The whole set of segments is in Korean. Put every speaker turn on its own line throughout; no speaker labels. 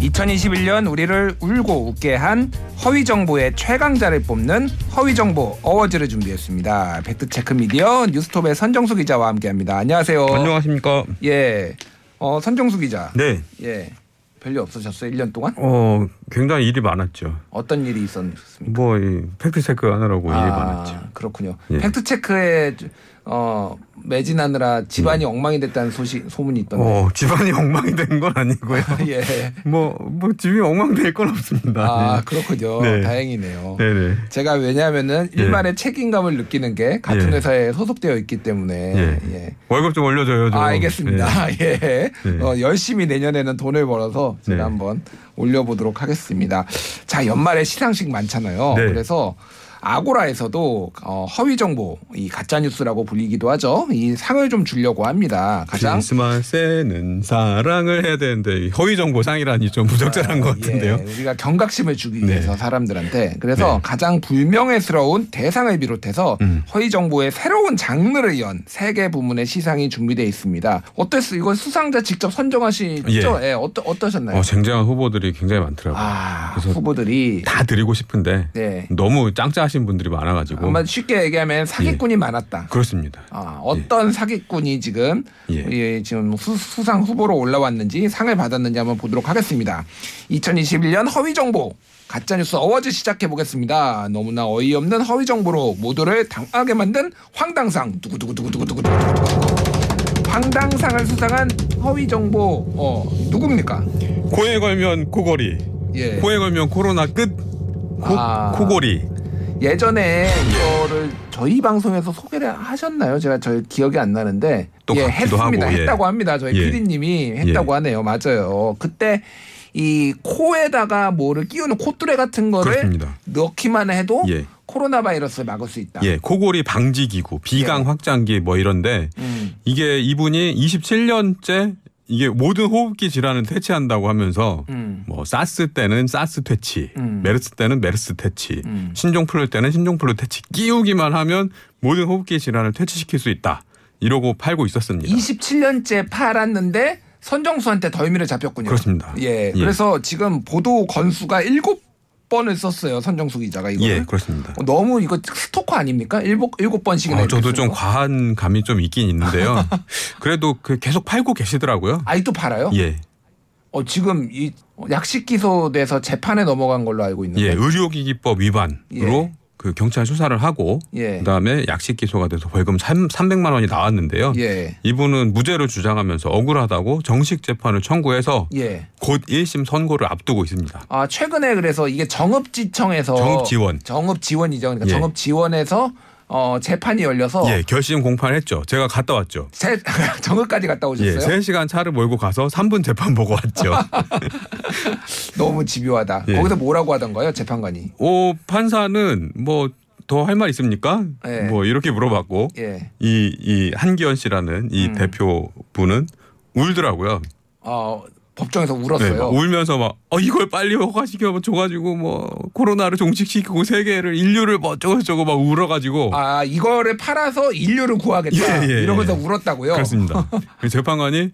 2021년 우리를 울고 웃게 한 허위 정보의 최강자를 뽑는 허위 정보 어워즈를 준비했습니다. 팩트 체크 미디어 뉴스톱의 선정수 기자와 함께합니다. 안녕하세요.
안녕하십니까?
예. 어, 선정수 기자.
네.
예. 별일 없으셨어요? 1년 동안?
어 굉장히 일이 많았죠.
어떤 일이 있었습니까?
뭐 이 팩트 체크 하느라고 뭐
아.
일이 많았죠.
그렇군요.
예.
팩트 체크에 어, 매진하느라
네.
집안이 엉망이 됐다는 소식 소문이 있던데.
어 집안이 엉망이 된 건 아니고요.
네. 예.
뭐 뭐 집이 엉망될 건 없습니다.
아, 그렇군요.
네.
다행이네요.
네. 네네.
제가 왜냐하면은
예.
일말의 책임감을 느끼는 게 같은
예.
회사에 소속되어 있기 때문에
예.
예.
월급 좀 올려줘요. 좀.
아, 알겠습니다. 예.
네.
어, 열심히 내년에는 돈을 벌어서 제가
네.
한번 올려보도록 하겠습니다. 자, 연말에 시상식 많잖아요.
네.
그래서 아고라에서도 어, 허위 정보, 이 가짜 뉴스라고 불리기도 하죠. 이 상을 좀 주려고 합니다. 가장
네. 크리스마스에는 사랑을 해야 되는데 이 허위 정보 상이라니 좀 부적절한 것 같은데요.
예, 우리가 경각심을 주기
네.
위해서 사람들한테 그래서
네.
가장 불명예스러운 대상을 비롯해서
음.
허위 정보의 새로운 장르를 연 세 개 부문의 시상이 준비되어 있습니다. 어땠어? 이건 수상자 직접 선정하시죠? 예. 어떠, 어떠셨나요?
어 쟁쟁한 후보들이 굉장히 많더라고요.
아,
그래서-
후보들이
다 드리고 싶은데
네.
너무 짱짱하신 분들이 많아가지고
아마 쉽게 얘기하면 사기꾼이 많았다.
그렇습니다.
아, 어떤 사기꾼이 지금
예.
예, 지금 수, 수상 후보로 올라왔는지 상을 받았는지 한번 보도록 하겠습니다. 2021년 허위 정보 가짜뉴스 어워즈 시작해 보겠습니다. 너무나 어이없는 허위 정보로 모두를 당하게 만든 황당상 두구두구두구두구두구두구 황당상을 수상한 허위 정보 어 누굽니까?
코에 걸면 코걸이.
예.
코에 걸면 코로나 끝. 코,
아.
코골이.
예전에 이거를 저희 방송에서 소개를 하셨나요? 제가 저희 기억이 안 나는데
또
예,
같기도
했습니다.
하고, 예.
했다고 합니다. 저희
예.
PD님이 했다고 하네요. 맞아요. 그때 이 코에다가 뭐를 끼우는 콧뚜레 같은 거를
그렇습니다.
넣기만 해도
예.
코로나 바이러스를 막을 수 있다.
예, 코골이 방지 기구, 비강
예.
확장기 뭐 이런데
음.
이게 이분이 27년째 이게 모든 호흡기 질환을 퇴치한다고 하면서
음.
뭐 사스 때는 사스 퇴치,
음.
메르스 때는 메르스 퇴치,
음.
신종플루 때는 신종플루 퇴치 끼우기만 하면 모든 호흡기 질환을 퇴치시킬 수 있다. 이러고 팔고 있었습니다.
27년째 팔았는데 선정수한테 덜미를 잡혔군요.
그렇습니다.
예,
예.
그래서 지금 보도 건수가 7번을 썼어요. 선정수 기자가 이거.
예, 그렇습니다.
어, 너무 이거 스토커 아닙니까? 일곱 일곱 번씩이나.
어,
이렇게
저도
쓰는
좀
거.
과한 감이 좀 있긴 있는데요. 그래도 그 계속 팔고 계시더라고요.
아직도 팔아요?
예.
어 지금 이 약식 기소돼서 재판에 넘어간 걸로 알고
예,
있는데.
의료기기법 위반으로
네. 예.
그 경찰 수사를 하고
예.
그다음에 약식 기소가 돼서 벌금 3, 300만 원이 나왔는데요.
예.
이분은 무죄를 주장하면서 억울하다고 정식 재판을 청구해서
예.
곧 1심 선고를 앞두고 있습니다.
아 최근에 그래서 이게 정읍지청에서
정읍지원.
정읍지원이죠. 그러니까
예.
정읍지원에서 어 재판이 열려서
예, 결심 공판했죠. 제가 갔다 왔죠.
세, 정읍까지 갔다
예,
오셨어요.
3시간 차를 몰고 가서 3분 재판 보고 왔죠.
너무 집요하다.
예.
거기서 뭐라고 하던가요, 재판관이?
오, 판사는 뭐 더 할 말 있습니까?
예.
뭐 이렇게 물어봤고
예.
이, 이 한기현 씨라는 이
음.
대표분은 울더라고요.
어 법정에서
네,
울었어요.
막 울면서 막 어, 이걸 빨리 허가시켜 줘가지고 뭐 코로나를 종식시키고 세계를 인류를 뭐 어쩌고저쩌고 막 울어가지고
아 이거를 팔아서 인류를 구하겠다
예, 예,
이러면서
예.
울었다고요.
그렇습니다. 그래서 재판관이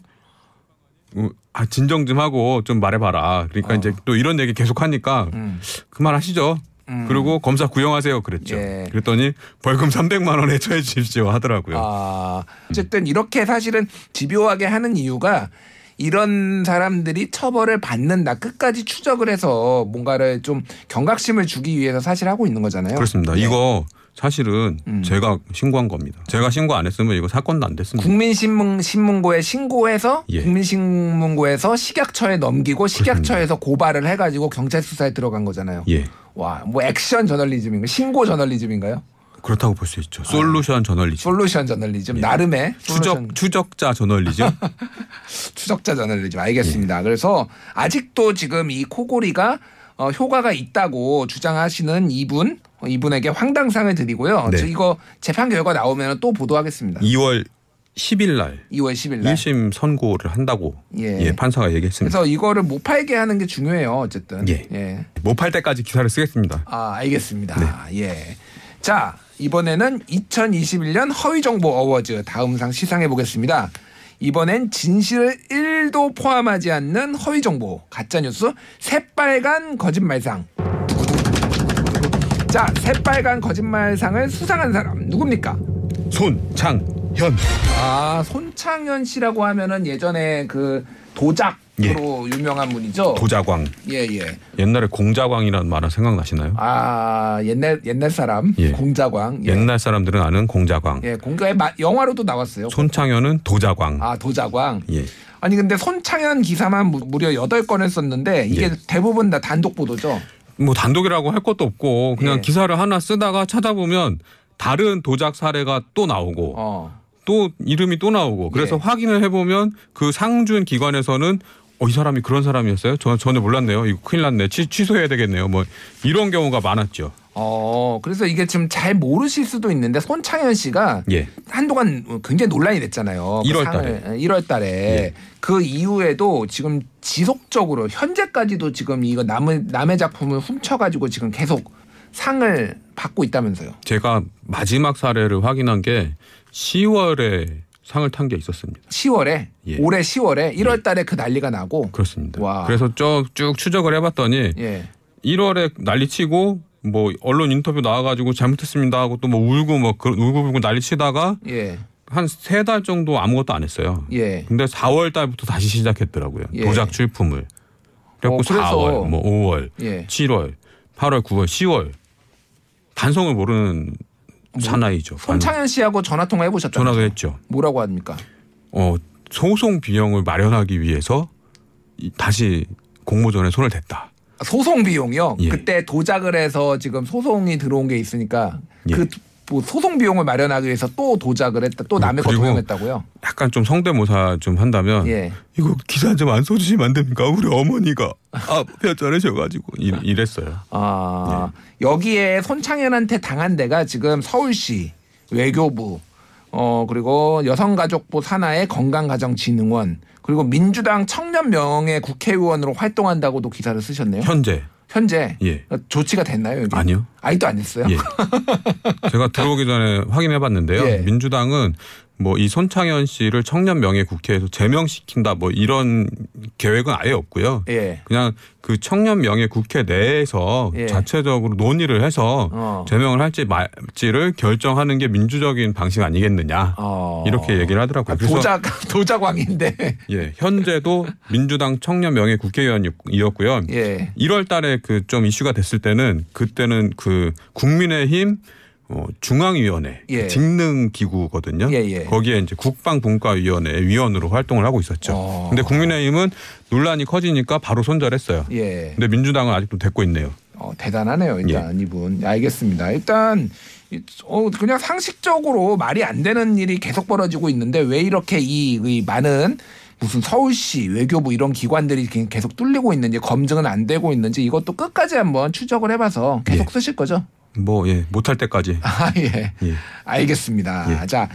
어, 아, 진정 좀 하고 좀 말해봐라. 그러니까 이제 또 이런 얘기 계속 하니까
어. 음.
그만하시죠.
음.
그리고 검사 구형하세요 그랬죠.
예.
그랬더니 벌금 300만 원에 처해 주십시오 하더라고요.
아, 어쨌든 이렇게 사실은 집요하게 하는 이유가 이런 사람들이 처벌을 받는다 끝까지 추적을 해서 뭔가를 좀 경각심을 주기 위해서 사실 하고 있는 거잖아요.
그렇습니다.
예.
이거 사실은
음.
제가 신고한 겁니다. 제가 신고 안 했으면 이거 사건도 안 됐습니다.
국민신문 신문고에 신고해서
예.
국민신문고에서 식약처에 넘기고 식약처에서 고발을 해가지고 경찰 수사에 들어간 거잖아요.
예.
와, 뭐 액션 저널리즘인가, 신고 저널리즘인가요?
그렇다고 볼 수 있죠. 솔루션 저널리즘.
솔루션 저널리즘 나름의 아. 솔루션
예. 추적 추적자 저널리즘.
추적자 저널리즘 알겠습니다.
예.
그래서 아직도 지금 이 코골이가 어, 효과가 있다고 주장하시는 이분 어, 이분에게 황당상을 드리고요.
네. 예.
저 이거 재판 결과 나오면 또 보도하겠습니다.
2월 10일 날
2월 10일 날.
1심 선고를 한다고
네. 예.
예, 판사가 얘기했습니다.
그래서 이거를 못 팔게 하는 게 중요해요. 어쨌든.
예. 못 팔 때까지 기사를 쓰겠습니다.
아 알겠습니다.
네.
예. 자 이번에는 2021년 허위 정보 어워즈 다음 상 시상해 보겠습니다. 이번엔 진실을 1도 포함하지 않는 허위 정보, 가짜 뉴스, 새빨간 거짓말상. 자, 새빨간 거짓말상을 수상한 사람 누굽니까?
손창현.
아, 손창현 씨라고 하면은 예전에 그 도작으로 유명한 분이죠.
예. 도자광.
예, 예.
옛날에 공자광이라는 말은 생각나시나요?
아, 옛날 옛날 사람
예.
공자광. 예.
옛날 사람들은 아는 공자광.
예, 공자의 마- 영화로도 나왔어요.
손창현은 도자광.
예. 아, 도자광.
예.
아니 근데 손창현 기사만 무, 무려 8건을 썼는데 이게
예.
대부분 다 단독 보도죠.
뭐 단독이라고 할 것도 없고 그냥
예.
기사를 하나 쓰다가 찾아보면 다른 도작 사례가 또 나오고
어.
또 이름이 또 나오고 그래서
예.
확인을 해보면 그 상준 기관에서는 어, 이 사람이 그런 사람이었어요? 저 전혀 몰랐네요. 이거 큰일 났네. 취, 취소해야 되겠네요. 뭐 이런 경우가 많았죠.
어, 그래서 이게 지금 잘 모르실 수도 있는데 손창현 씨가
예.
한동안 굉장히 논란이 됐잖아요.
일월 예.
그 상을, 1월 달에 그 이후에도 지금 지속적으로 현재까지도 지금 이거 남의 남의 작품을 훔쳐 가지고 지금 계속 상을 받고 있다면서요.
제가 마지막 사례를 확인한 게 10월에 상을 탄 게 있었습니다.
10월에
예.
올해 10월에 1월 달에 그 난리가 나고
그렇습니다.
와.
그래서 쭉, 쭉 추적을 해봤더니
예.
1월에 난리치고 뭐 언론 인터뷰 나와가지고 잘못했습니다 하고 또 뭐 울고 뭐 그- 울고불고 난리치다가
예.
한 세 달 정도 아무것도 안 했어요.
예.
근데 4월 달부터 다시 시작했더라고요.
예.
도작 출품을. 그래갖고
어, 그래서-
4월, 뭐 5월,
예.
7월, 8월, 9월, 10월 반성을 모르는 사나이죠.
뭐 손창현 씨하고 전화 통화
반성.
해보셨죠?
전화도 했죠.
뭐라고 합니까?
어, 소송 비용을 마련하기 위해서 이- 다시 공모전에 손을 댔다.
아, 소송 비용이요.
예.
그때 도작을 해서 지금 소송이 들어온 게 있으니까
예.
그뭐 소송 비용을 마련하기 위해서 또 도작을 했다, 또 남의 거
그리고-
도용했다고요.
약간 좀 성대모사 좀 한다면
예.
이거 기사 좀 안 써주시면 안 됩니까? 우리 어머니가 아뼈자르셔가지고 이랬어요.
아
예.
여기에 손창현한테 당한 데가 지금 서울시 외교부 어 그리고 여성가족부 산하의 건강가정진흥원 그리고 민주당 청년명예 국회의원으로 활동한다고도 기사를 쓰셨네요.
현재
현재
예.
조치가 됐나요? 여기?
아니요.
아직도 안 됐어요.
예. 제가 들어오기 전에 확인해봤는데요.
예.
민주당은 뭐 이 손창현 씨를 청년 명예 국회에서 제명시킨다 뭐 이런 계획은 아예 없고요.
예.
그냥 그 청년 명예 국회 내에서
예.
자체적으로 논의를 해서
어.
제명을 할지 말지를 결정하는 게 민주적인 방식 아니겠느냐
어.
이렇게 얘기를 하더라고요. 그래서
도작 도작왕인데
예, 현재도 민주당 청년 명예 국회의원이었고요.
예
1월 달에 그 좀 이슈가 됐을 때는 그때는 그 국민의힘 어, 중앙위원회 그
예.
직능기구거든요.
예, 예.
거기에 이제 국방분과위원회 위원으로 활동을 하고 있었죠.
어.
근데 국민의힘은 논란이 커지니까 바로 손절했어요.
예.
근데 민주당은 아직도 됐고 있네요.
어, 대단하네요 일단
예.
이분 예, 알겠습니다 일단 이- 어, 그냥 상식적으로 말이 안 되는 일이 계속 벌어지고 있는데 왜 이렇게 이, 이 많은 무슨 서울시 외교부 이런 기관들이 게- 계속 뚫리고 있는지 검증은 안 되고 있는지 이것도 끝까지 한번 추적을 해봐서 계속
예.
쓰실 거죠?
뭐 예, 못할 때까지.
아 예.
예.
알겠습니다. 자,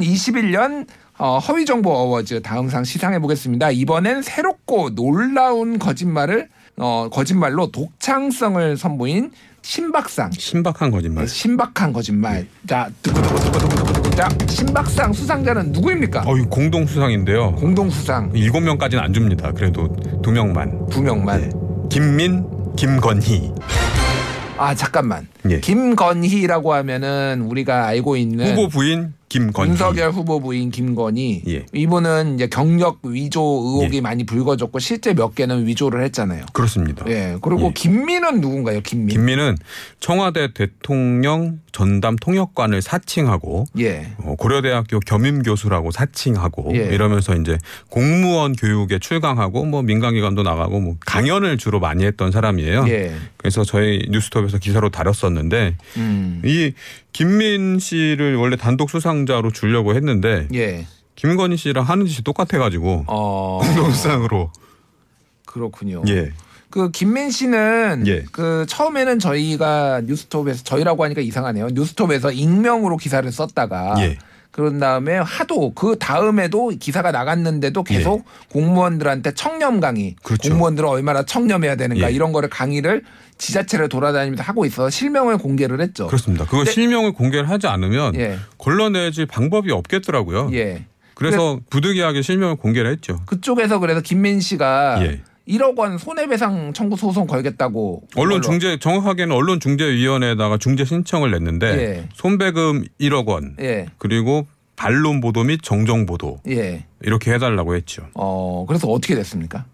2021년 어, 허위정보 어워즈 다음 상 시상해 보겠습니다. 이번엔 새롭고 놀라운 거짓말을 어, 거짓말로 독창성을 선보인 신박상. 네,
신박한
예,
거짓말.
신박한 거짓말.
예.
자, 두구두구두구두구두구. 자, 신박상 수상자는 누구입니까?
어, 이 공동 수상인데요.
공동 수상
일곱 명까지는 안 줍니다. 그래도 두 명만.
두 명만.
예. 김민, 김건희.
아, 잠깐만.
예.
김건희라고 하면은 우리가 알고 있는
후보 부인 김건희.
네. 윤석열 후보 부인 김건희
예.
이분은 이제 경력 위조 의혹이
예.
많이 불거졌고 실제 몇 개는 위조를 했잖아요.
그렇습니다.
예. 그리고
예.
김민은 누군가요? 김민.
김민은 청와대 대통령 전담 통역관을 사칭하고
예.
어, 고려대학교 겸임 교수라고 사칭하고
예.
이러면서 이제 공무원 교육에 출강하고 뭐 민간기관도 나가고 뭐 강연을 주로 많이 했던 사람이에요.
예.
그래서 저희 뉴스톱에서 기사로 다뤘었는데
음.
이 김민 씨를 원래 단독 수상자로 주려고 했는데
예.
김건희 씨랑 하는 짓이 똑같아가지고
어.
공동상으로
그렇군요.
예
그 김민 씨는
예.
그 처음에는 저희가 뉴스톱에서 저희라고 하니까 이상하네요. 뉴스톱에서 익명으로 기사를 썼다가
예.
그런 다음에 하도 그 다음에도 기사가 나갔는데도 계속 공무원들한테 청렴 강의,
예. 그렇죠.
공무원들은 얼마나 청렴해야 되는가
예.
이런 거를 강의를 지자체를 돌아다니면서 하고 있어 실명을 공개를 했죠.
그렇습니다. 그거 실명을 공개를 하지 않으면
예.
걸러내질 방법이 없겠더라고요.
예.
그래서 부득이하게 실명을 공개를 했죠.
그쪽에서 그래서 김민 씨가
예.
1억 원 손해배상 청구 소송 걸겠다고 그걸로-
언론 중재 정확하게는 언론 중재위원회에다가 중재 신청을 냈는데
예.
손배금 1억 원
예.
그리고 반론 보도 및 정정 보도
예.
이렇게 해달라고 했죠.
어, 그래서 어떻게 됐습니까?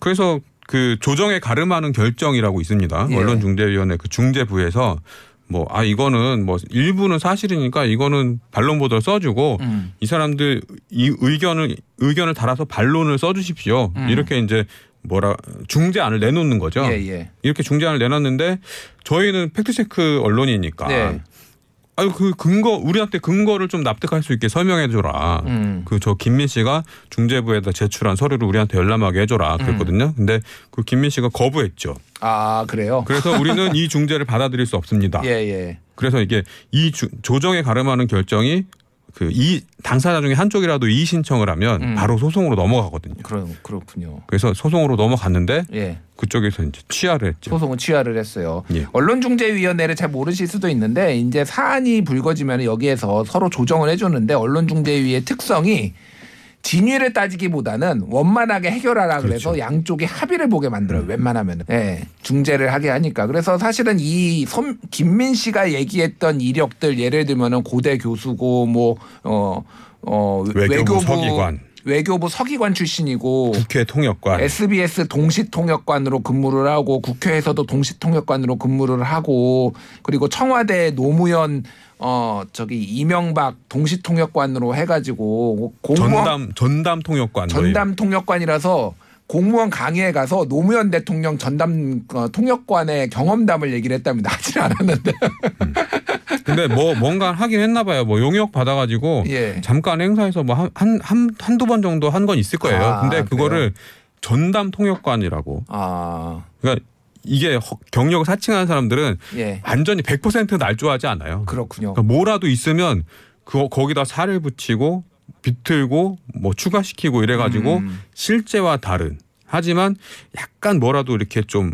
그래서 그 조정에 가름하는 결정이라고 있습니다.
예.
언론 중재위원회 그 중재부에서 뭐 아 이거는 뭐 일부는 사실이니까 이거는 반론 보도를 써주고
음.
이 사람들 이 의견을 의견을 달아서 반론을 써주십시오.
음.
이렇게 이제 뭐라 중재안을 내놓는 거죠.
예, 예.
이렇게 중재안을 내놨는데 저희는 팩트체크 언론이니까
네.
아유 그 근거 우리한테 근거를 좀 납득할 수 있게 설명해 줘라.
음.
그 저 김민 씨가 중재부에다 제출한 서류를 우리한테 열람하게
음.
해줘라 그랬거든요. 근데 그 김민 씨가 거부했죠.
아, 그래요?
그래서 우리는 이 중재를 받아들일 수 없습니다.
예, 예.
그래서 이게 이 주- 조정에 가름하는 결정이 그 이 당사자 중에 한쪽이라도 이의 신청을 하면
음.
바로 소송으로 넘어가거든요.
그러, 그렇군요.
그래서 소송으로 넘어갔는데
예.
그쪽에서 이제 취하를 했죠.
소송은 취하를 했어요.
예.
언론중재위원회를 잘 모르실 수도 있는데 이제 사안이 불거지면 여기에서 서로 조정을 해주는데 언론중재위의 특성이 진위를 따지기보다는 원만하게 해결하라 그래
그렇죠.
서 양쪽이 합의를 보게
음.
만들어요. 웬만하면 예, 중재를 하게 하니까 그래서 사실은 이 손, 김민 씨가 얘기했던 이력들 예를 들면은 고대 교수고 뭐어 어,
외교부 서기관.
외교부 서기관 출신이고
국회 통역관
SBS 동시통역관으로 근무를 하고 국회에서도 동시통역관으로 근무를 하고 그리고 청와대 노무현 어 저기 이명박 동시통역관으로 해가지고 공무원
전담 전담 통역관 뭐
전담 통역관이라서 공무원 강의에 가서 노무현 대통령 전담 어, 통역관의 경험담을 얘기를 했답니다. 하진 않았는데
근데 뭐 뭔가 하긴 했나 봐요. 뭐 용역 받아가지고
예.
잠깐 행사에서 뭐 한 한 한, 한두 번 정도 한 건 있을 거예요.
아,
근데 그거를 전담 통역관이라고.
아
그러니까 이게 허- 경력을 사칭하는 사람들은
예.
완전히 100% 날조하지 않아요.
그렇군요.
그러니까 뭐라도 있으면 그 거기다 살을 붙이고 비틀고 뭐 추가시키고 이래가지고
음.
실제와 다른 하지만 약간 뭐라도 이렇게 좀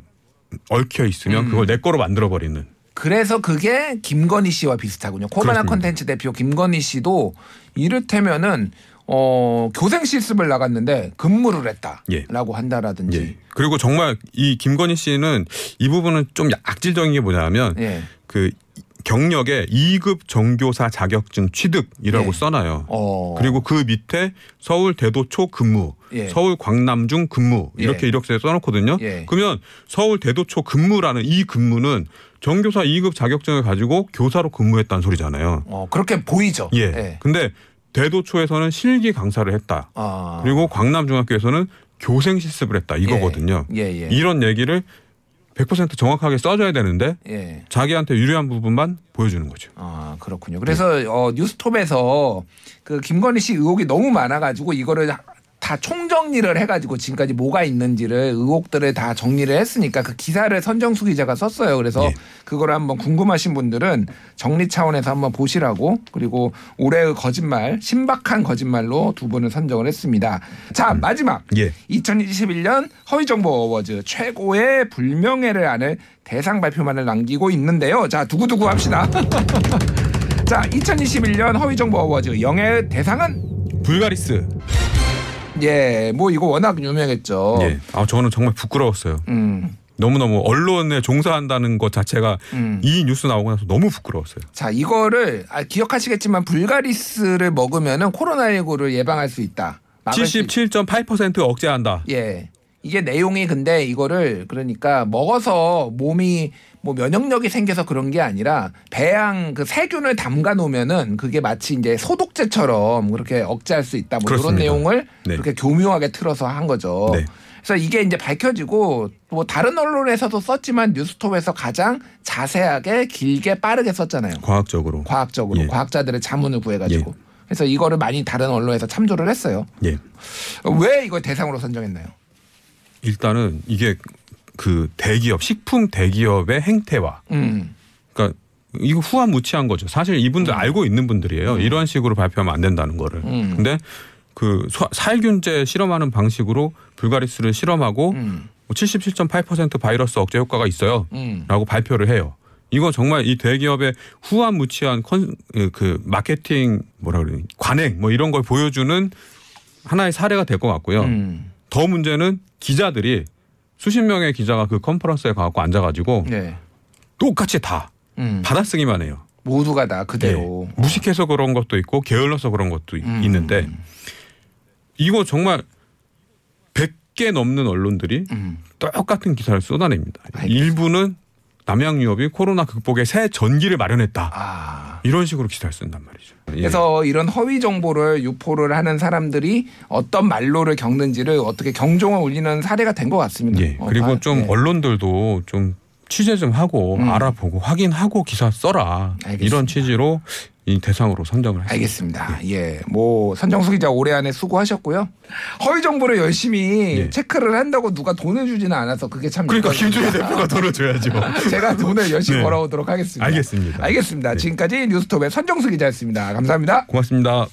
얽혀 있으면
음.
그걸 내 거로 만들어 버리는.
그래서 그게 김건희 씨와 비슷하군요. 코로나
그렇습니다.
콘텐츠 대표 김건희 씨도 이를테면은 어, 교생 실습을 나갔는데 근무를
예.
했다라고 한다라든지.
예. 그리고 정말 이 김건희 씨는 이 부분은 좀 악질적인 게 뭐냐면
예.
그 경력에 2급 정교사 자격증 취득이라고
예.
써놔요.
어.
그리고 그 밑에 서울 대도초 근무,
예.
서울 광남중 근무 이렇게
예.
이력서에 써놓거든요.
예.
그러면 서울 대도초 근무라는 이 근무는 정교사 2급 자격증을 가지고 교사로 근무했다는 소리잖아요.
어, 그렇게 보이죠.
예. 근데 대도초에서는 실기 강사를 했다.
아.
그리고 광남중학교에서는 교생 실습을 했다 이거거든요.
예, 예. 예.
이런 얘기를 100% 정확하게 써줘야 되는데
예.
자기한테 유리한 부분만 보여주는 거죠.
아 그렇군요. 그래서 어, 뉴스톱에서 그 김건희 씨 의혹이 너무 많아가지고 이거를 다 총정리를 해가지고 지금까지 뭐가 있는지를 의혹들을 다 정리를 했으니까 그 기사를 선정수 기자가 썼어요. 그래서
예.
그걸 한번 궁금하신 분들은 정리 차원에서 한번 보시라고 그리고 올해의 거짓말 신박한 거짓말로 두 분을 선정을 했습니다. 자 마지막
예.
2021년 허위정보 어워즈 최고의 불명예를 안을 대상 발표만을 남기고 있는데요. 자, 두고두고 합시다. 자, 2021년 허위정보 어워즈 영예의 대상은
불가리스.
예, 뭐 이거 워낙 유명했죠.
예. 아 저는 정말 부끄러웠어요.
음.
너무너무 언론에 종사한다는 것 자체가
음.
이 뉴스 나오고 나서 너무 부끄러웠어요.
자, 이거를 아, 기억하시겠지만 불가리스를 먹으면은 코로나19를 예방할 수 있다. 막을 수 있다.
77.8% 억제한다.
예. 이게 내용이 근데 이거를 그러니까 먹어서 몸이 뭐 면역력이 생겨서 그런 게 아니라 배양 그 세균을 담가 놓으면은 그게 마치 이제 소독제처럼 그렇게 억제할 수 있다 뭐 이런
그렇습니다.
내용을
네.
그렇게 교묘하게 틀어서 한 거죠.
네.
그래서 이게 이제 밝혀지고 뭐 다른 언론에서도 썼지만 뉴스톱에서 가장 자세하게 길게 빠르게 썼잖아요.
과학적으로.
과학적으로
예.
과학자들의 자문을 구해가지고 그래서 이거를 많이 다른 언론에서 참조를 했어요.
예.
왜 이걸 대상으로 선정했나요?
일단은 이게 그 대기업 식품 대기업의 행태와
음.
그러니까 이거 후한무치한 거죠. 사실 이분들 알고 있는 분들이에요. 이런 식으로 발표하면 안 된다는 거를.
음.
근데 그 소- 살균제 실험하는 방식으로 불가리스를 실험하고 뭐
음.
77.8% 바이러스 억제 효과가 있어요.
음.
라고 발표를 해요. 이거 정말 이 대기업의 후한무치한 컨, 예, 그 마케팅 뭐라 그러니 관행 뭐 이런 걸 보여주는 하나의 사례가 될 것 같고요.
음.
더 문제는 기자들이 수십 명의 기자가 그 컨퍼런스에 가갖고 앉아가지고
네.
똑같이 다
음.
받아쓰기만 해요.
모두가 다 그대로.
예. 무식해서 그런 것도 있고 게을러서 그런 것도 이-
음.
있는데 이거 정말 100개 넘는 언론들이
음.
똑같은 기사를 쏟아냅니다.
알겠습니다.
일부는 남양유업이 코로나 극복에 새 전기를 마련했다.
아.
이런 식으로 기사를 쓴단 말이죠. 예.
그래서 이런 허위 정보를 유포를 하는 사람들이 어떤 말로를 겪는지를 어떻게 경종을 울리는 사례가 된 것 같습니다.
예.
어,
그리고
아,
좀
네.
언론들도 좀 취재 좀 하고
음.
알아보고 확인하고 기사 써라.
알겠습니다.
이런 취지로 이 대상으로 선정을 했습니다.
알겠습니다. 예. 뭐 선정수 기자 올해 안에 수고하셨고요. 허위 정보를 열심히
예.
체크를 한다고 누가 돈을 주지는 않아서 그게 참
그러니까
유감입니다.
김준희 대표가 돌아줘야죠.
제가 돈을 열심히
네.
벌어오도록 하겠습니다.
알겠습니다.
알겠습니다.
네.
지금까지 뉴스톱의 선정수 기자였습니다. 감사합니다.
고맙습니다.